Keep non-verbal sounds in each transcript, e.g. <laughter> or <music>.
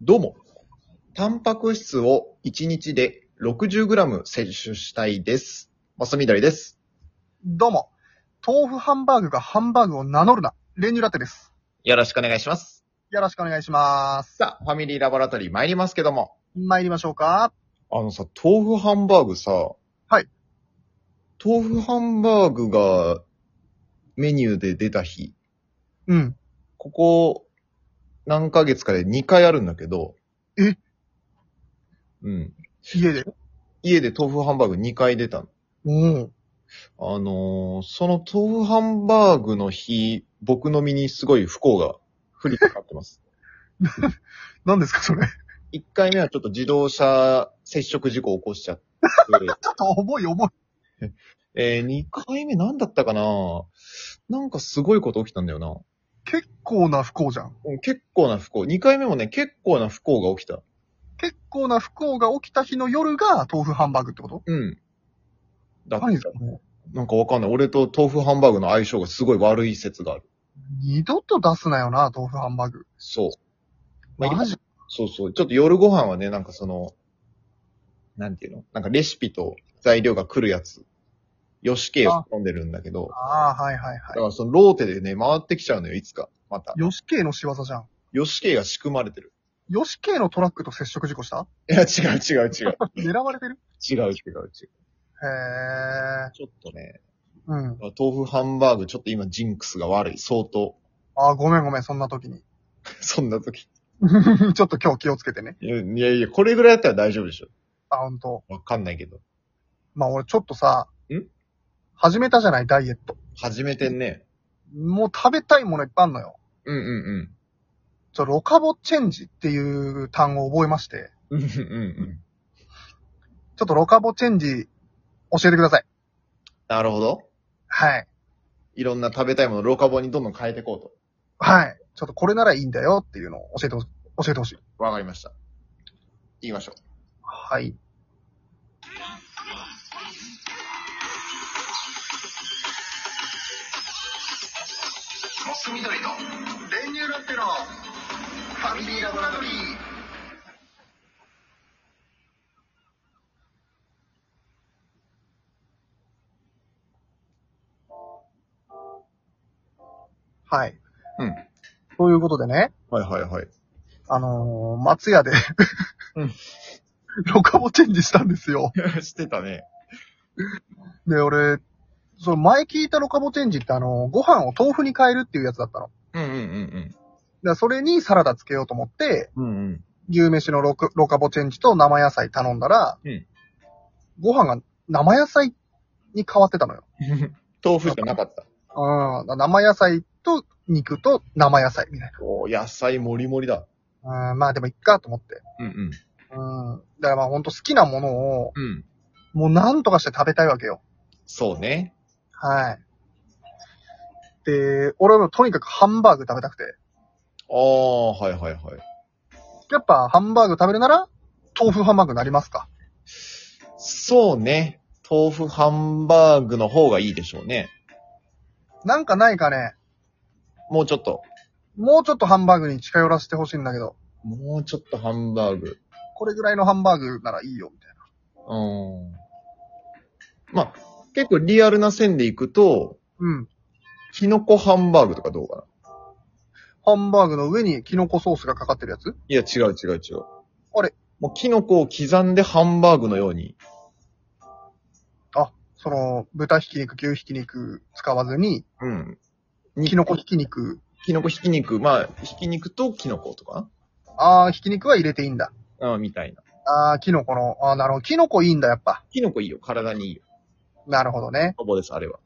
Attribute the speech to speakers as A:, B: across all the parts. A: どうも。タンパク質を1日で 60g 摂取したいです。マスミダリです。
B: どうも。豆腐ハンバーグがハンバーグを名乗るな。練乳ラテです。
A: よろしくお願いします。
B: よろしくお願いします。
A: さあ、ファミリーラボラトリー参りますけども。
B: 参りましょうか。
A: あのさ、豆腐ハンバーグさ。
B: はい。
A: 豆腐ハンバーグがメニューで出た日、
B: うん。
A: ここ何ヶ月かで2回あるんだけど。
B: え
A: うん。
B: 家で。
A: 家で豆腐ハンバーグ2回出たの。
B: おお。
A: あのーその豆腐ハンバーグの日、僕の身にすごい不幸が降りかかってます。 <laughs>
B: 何ですか、それ。ち <laughs>
A: 1回目はちょっと自動車接触事故を起こしちゃって、 <laughs>
B: ょっと重い重い。
A: え2回目何だったかななんかすごいこと起きたんだよな。
B: 結構な不幸じゃん。
A: うん結構な不幸。2回目もね、結構な不幸が起きた。
B: 結構な不幸が起きた日の夜が豆腐ハンバーグってこと
A: うん。だって
B: 何ですかね。
A: なんかわかんない。俺と豆腐ハンバーグの相性がすごい悪い説がある。
B: 二度と出すなよな、豆腐ハンバーグ。
A: そう。まあ
B: マジ
A: そうそう。ちょっと夜ご飯はね、なんかその、なんていうのなんかレシピと材料が来るやつ、ヨシケイを飲んでるんだけど、
B: ああ、はいはい
A: だ
B: は
A: からそのローテでね、回ってきちゃうのよ、いつか。また
B: い。。ヨシケイの仕業じゃん。
A: ヨシケイが仕組まれてる。
B: ヨシケイのトラックと接触事故した
A: いや、違う違う違
B: <laughs>
A: う。
B: 狙われてる
A: 違う違う違う。ち
B: へえ。
A: ょっとね、
B: うん。
A: 豆腐ハンバーグ、ちょっと今ジンクスが悪い。相当。 <laughs>
B: ああ、ごめんごめん、そんな時に。 <laughs>
A: そんな時。
B: ちょっと今日気をつけてね。
A: いやいやいや、これぐらいだったら大丈夫でしょ。
B: あ、ほんと。
A: わかんないけど。
B: まあ俺ちょっとさ、
A: ん
B: 始めたじゃない、ダイエット。
A: 始めてんね。
B: もう食べたいものいっぱいあんのよ。
A: うんうん
B: ちょ、ロカボチェンジっていう単語を覚えまして、
A: うん。うんうんうん。
B: ちょっとロカボチェンジ教えてください。
A: なるほど。
B: はい。
A: いろんな食べたいものをロカボにどんどん変えていこうと。
B: はい。ちょっとこれならいいんだよっていうのを教えてほし教えてほしい。
A: わかりました。言いましょう。
B: はい。モス緑の練乳ラテのファミリーラボラトリー。はい。
A: うん。
B: ということでね、
A: はいはいはい。
B: あのー、松屋で
A: うん、
B: <laughs> ロカボチェンジ <laughs> したんですよ。
A: してたね。
B: で、俺、その前聞いたロカボチェンジってあの、ご飯を豆腐に変えるっていうやつだったの。だか
A: うんうんうん
B: らそれにサラダつけようと思って、
A: うん。うんうん。
B: 牛飯のロクロカボチェンジと生野菜頼んだら、
A: うん
B: ご飯が生野菜に変わってたのよ。
A: 豆腐じゃなかった。
B: うん、生野菜と肉と生野菜みたい
A: おー野菜もりもりだ。
B: な。うん、まあでもいっかと思って。
A: うんうん。
B: うん。だからまあほんと好きなものを、
A: うん。
B: もうなんとかして食べたいわけよ。
A: そうね。
B: はい。で、俺はもうとにかくハンバーグ食べたくて。
A: ああ、はいはいはい。
B: やっぱハンバーグ食べるなら、豆腐ハンバーグになりますか
A: そうね。豆腐ハンバーグの方がいいでしょうね。
B: なんかないかね。
A: もうちょっと。
B: もうちょっとハンバーグに近寄らせてほしいんだけど、
A: もうちょっとハンバーグ。
B: これぐらいのハンバーグならいいよ、みたいな。
A: うん。まあ、結構リアルな線でいくと、
B: うん。
A: キノコハンバーグとかどうかな。
B: ハンバーグの上にキノコソースがかかってるやつ
A: いや、違う違う違う。
B: あれ
A: もうキノコを刻んでハンバーグのように。
B: その、豚ひき肉、牛ひき肉使わずに、
A: うん。
B: キノコひき肉、
A: キノコひき肉。まあ、ひき肉とキノコとか
B: あー、ひき肉は入れていいんだ。
A: あみたいな。
B: あー、キノコの、あー、なるほど。キノコいいんだ、やっぱ。
A: キノコいいよ。体にいいよ。
B: なるほどね。
A: ほぼです、あ
B: <laughs>
A: れは。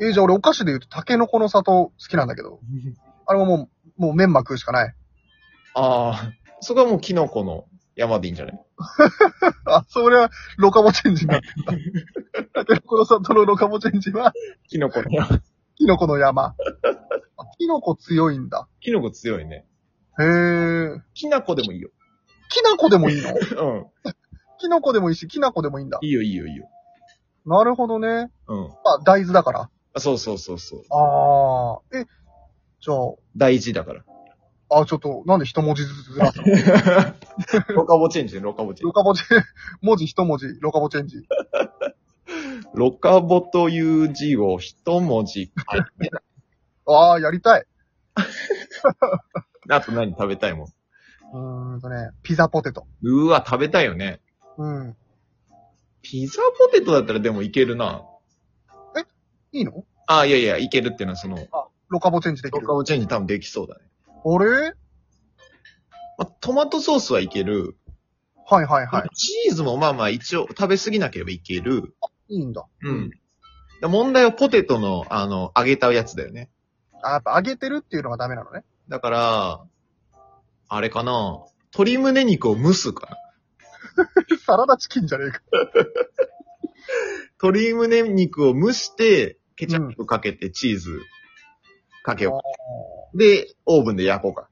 B: えーじゃあ俺お菓子で言うと、タケノコの里好きなんだけど。あれはもう、もうメンマ食うしかない。
A: ああ、そこはもうキノコの山でいいんじゃない
B: あ、それは、ロカボチェンジになってる。タケノコの里のロカボチェンジは、
A: キノコの山。
B: キノコの山。あキノコ強いんだ。
A: <laughs> キノコ強いね。
B: へえ。
A: キナコでもいいよ。
B: キナコでもいいの
A: う
B: キノコでもいいし、キナコでもいいんだ
A: ん。。いいよ、いいよ、いいよ。
B: なるほどね。
A: うん。
B: あ、大豆だから。
A: あそうそうそうそう。
B: ああ。え、じゃあ、
A: 大事だから。
B: あ、ちょっと、なんで一文字ずつず
A: <laughs>
B: らすの
A: ロカボチェンジね、ロカボチェン
B: ロ
A: ジ。
B: カボチ、 <laughs> 文字一文字、ロカボチェンジ。
A: ロカボという字を一文字書いて、
B: ああ、やりたい。
A: あと何食べたいもん。
B: うーんとね、ピザポテト。
A: うわ、食べたいよね。
B: うん。
A: ピザポテトだったらでもいけるな。
B: いいの
A: あ、いやいや、いけるっていうのはその、
B: ロカボチェンジでき
A: ロ
B: る。
A: カボチェンジ多分できそうだね。
B: あれ
A: まあ、トマトソースはいける。
B: はいはいはい。
A: チーズもまあまあ一応食べ過ぎなければいける。
B: いいんだ。
A: うん。で問題はポテトの、あの、揚げたやつだよね。
B: あ、やっぱ揚げてるっていうのがダメなのね。
A: だから、あれかな。鶏胸肉を蒸すかな。
B: サラダチキンじゃねえか。
A: 鶏胸肉を蒸して、ケチャップかけてチーズかけよう。で、オーブンで焼こうか。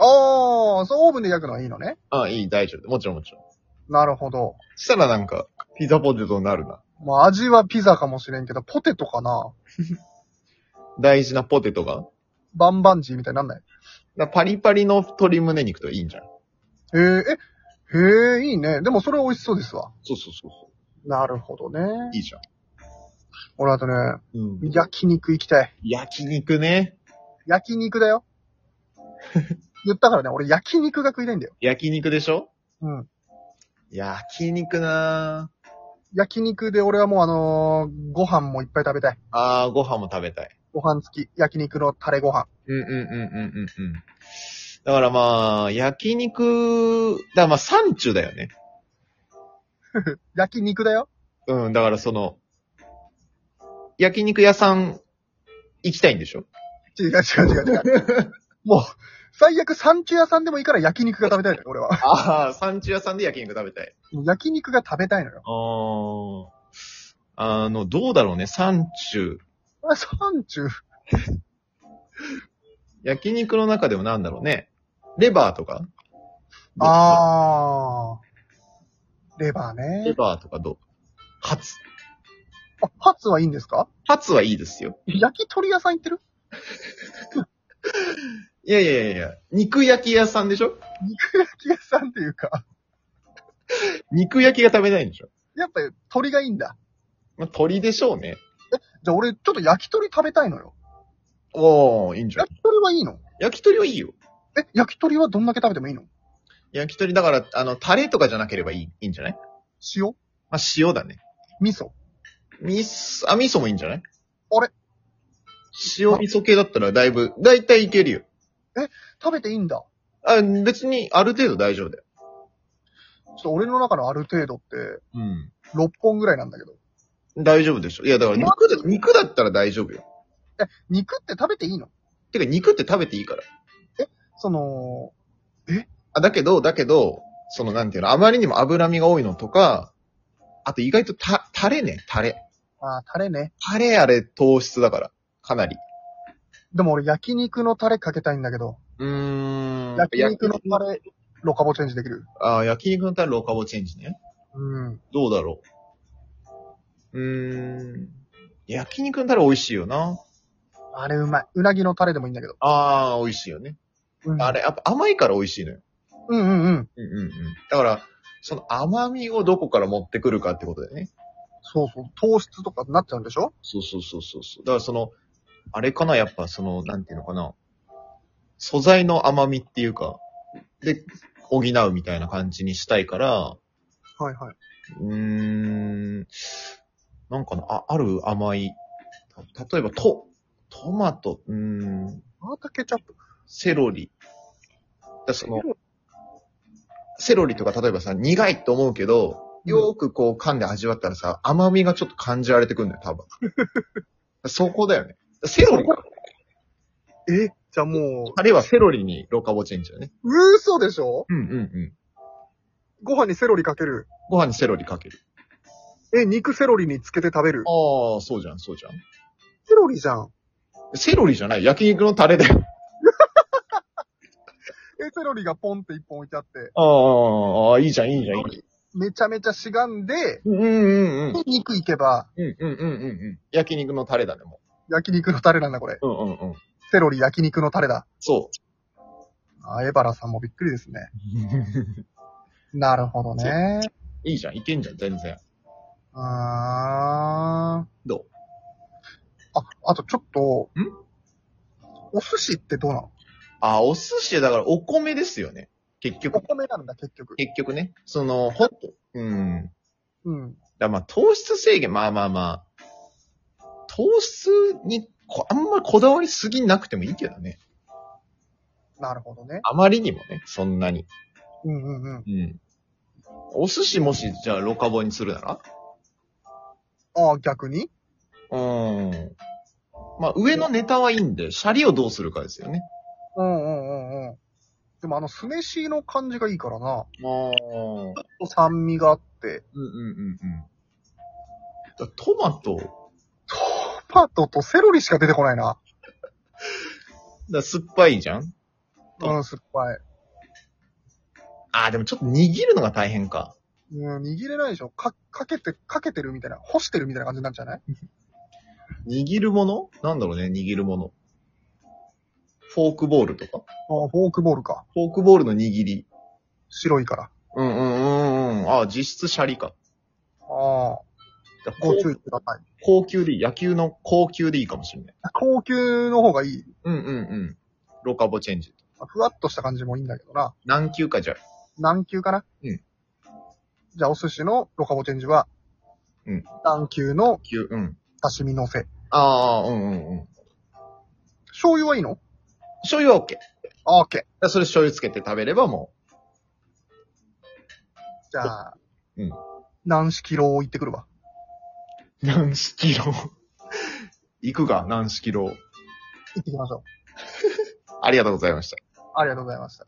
B: ああ、そう、オーブンで焼くのはいいのね。
A: あいい、大丈夫。もちろんもちろん。
B: なるほど。
A: したらなんか、ピザポテトになるな。
B: まあ味はピザかもしれんけど、ポテトかな
A: 大事なポテトが。だか
B: バンバンジーみたいになんない
A: らパリパリの鶏胸肉といいんじゃん。
B: へえ、え、へえ、いいね。でもそれ美味しそうですわ。
A: そうそうそうそ
B: なるほどね
A: う。。いいじゃん。
B: 俺あとね、
A: うん。
B: 焼肉行きたい。
A: 焼肉ね。
B: 焼肉だ <laughs> よ。言ったからね、俺焼肉が食いたいんだよ。
A: 焼肉でしょ
B: うん。
A: 焼肉なぁ。
B: 焼肉で俺はもうあのーご飯もいっぱい食べたい。
A: あー、ご飯も食べたい。
B: ご飯付き、焼肉のタレご飯。
A: うんうんうんうんうんうん。だからまあ、焼肉、だからまあ、山中だよね。
B: 焼肉だよ。
A: うん、だからその、焼肉屋さん行きたいんでしょ
B: 違う違う違う違う。 <laughs> もう、最悪産休屋さんでもいいから焼肉が食べたいのよ、俺は。
A: ああ、山中屋さんで焼肉食べたい。
B: 焼肉が食べたいのよ。
A: あー。あの、どうだろうね、山中。
B: あ、山中。
A: 焼肉の中でもなんだろうね。レバーとか
B: あー。レバー
A: レ
B: ね。
A: バーとかどうハツ。
B: あ、ハツはいいんですか
A: ハツはいいですよ。
B: 焼き鳥屋さん行ってる
A: いやいやいやいや、肉焼き屋さんでしょ
B: 肉焼き屋さんっていうか、
A: 肉焼きが食べたいんでしょ
B: やっぱり鳥がいいんだ。
A: まあ、鳥でしょうね。
B: じゃあ俺、ちょっと焼き鳥食べたいのよ。
A: おー、いいんじゃん
B: 焼。き鳥はいいの
A: 焼き鳥はいいよ。
B: え、焼き鳥はどんだけ食べてもいいの
A: 焼き鳥だから、あの、タレとかじゃなければいい、いいんじゃない
B: 塩
A: まあ、塩だね。
B: 味噌
A: 味噌、あ、味噌もいいんじゃない
B: あれ
A: 塩味噌系だったらだいぶ、だいたいいけるよ。
B: 食べていいんだ。
A: あ、別にある程度大丈夫だよ。
B: ちょっと俺の中のある程度って、
A: うん。
B: 6本ぐらいなんだけど。
A: 大丈夫でしょ。いや、だから肉だ、肉だったら大丈夫よ。
B: え、肉って食べていいの
A: てか肉って食べていいから。
B: その、
A: あ、だけど、だけど、そのなんていうの、あまりにも脂身が多いのとか、あと意外とた、タレね、タレ。
B: あー、タレね。
A: タレあれ糖質だから、かなり。
B: でも俺焼肉のタレかけたいんだけど、
A: うーん。
B: 焼肉の
A: 焼
B: タレ、ロカボチェンジできる
A: あー焼肉のタレローカボチェンジね。
B: うん。
A: どうだろう。うーん。焼肉のタレ美味しいよな。
B: あれうまい。うなぎのタレでもいいんだけど。
A: ああ、美味しいよね。
B: うん、
A: あれ、やっぱ甘いから美味しいのよ。
B: うんうんうん。
A: うんうんうん。だから、その甘みをどこから持ってくるかってことだよね。
B: そうそう。糖質とかになっちゃうんでしょ
A: そうそうそうそうそう。だからその、あれかな、やっぱその、なんていうのかな。素材の甘みっていうか、で、補うみたいな感じにしたいから、
B: はいはい。
A: うーん、なんかな、あ、ある甘い、た例えば、と、トマト、うーん、
B: またケチャップ。
A: セロリ。だその、セロリとか例えばさ、苦いって思うけど、
B: うん
A: よーくこう噛んで味わったらさ、甘みがちょっと感じられてくるんだよ、 <laughs> 多分。そこだよね。セロリか。
B: え、じゃあも
A: あるいはセロリにロカボチェンジだね。
B: う、嘘でしょ
A: うんうんうん。
B: ご飯にセロリかける。
A: ご飯にセロリかける。
B: え、肉セロリにつけて食べる。
A: ああ、そうじゃん、そうじゃん。
B: セロリじゃん。
A: セロリじゃない、焼肉のタレだよ。
B: え、セロリがポンって一本置いてあって、
A: ああ、いいじゃん、いいじゃん、いいじ
B: めちゃめちゃしがんで、
A: ゃん。うんうんうん。
B: で肉いけば、
A: うんうんうんうんうん。焼肉のタレだね、も
B: 焼肉のタレなんだこれ。
A: う。うんうんうん。
B: セロリ焼肉のタレだ。
A: そう。
B: あ、エバラさんもびっくりですね。
A: <laughs>
B: なるほどね。
A: いいじゃん、いけんじゃん、全然。
B: あー。
A: どう
B: あ、あとちょっと
A: ん、
B: お寿司ってどうなの
A: あ、お寿司はだからお米ですよね。結
B: お
A: 局、
B: 米なんだ、結局。
A: 結局ね。その、ほんと、うん。だか
B: うん。
A: らまあ、糖質制限、まあまあまあ、糖質にこあんまこだわりすぎなくてもいいけどね。
B: なるほどね。
A: あまりにもね、そんなに。
B: うんうんうん。
A: うん。お寿司もし、じゃあ、ロカボにするなら
B: ああ、逆に
A: うん。まあ、上のネタはいいんで、シャリをどうするかですよね。
B: うんうんうんうん。でもあの、酢飯の感じがいいからな。
A: ああ。うんうん
B: ちょっと酸味があって。
A: うんうん。だトマト、
B: トマトとセロリしか出てこないな。
A: だ酸っぱいじゃん
B: うん、酸っぱい。
A: ああ、でもちょっと握るのが大変か。
B: うん、握れないでしょ。か、かけて、かけてるみたいな。干してるみたいな感じになっちゃうね。
A: 握るものなんだろうね、握るもの。フォークボールとか
B: ああ、フォークボールか。
A: フォークボールの握り。
B: 白いから。
A: うんうんうんうん。ああ、実質シャリか。
B: ああ、
A: だから
B: ご
A: 高
B: 注意ください。
A: 高級でいい。野球の高級でいいかもしれない。
B: 高級の方がいい。
A: うんうんうん。ロカボチェンジ。
B: ふわっとした感じもいいんだけどな。
A: 何級かじゃあ。
B: 何級かな
A: うん。
B: じゃあ、お寿司のロカボチェンジは、
A: うん。
B: 何級の
A: 級、うん。
B: 刺身のせ。
A: ああ、うんうんうん。
B: 醤油はいいの
A: 醤油は OK。だか
B: あーオッケ
A: らそれ醤油つけて食べればも
B: ー。じゃあ、
A: うん。
B: 何式ロを行ってくるわ。
A: う。何式キロ。行くが、何式キロ。
B: 行ってきましょ
A: ありがとうございました。
B: う。ありがとうございました。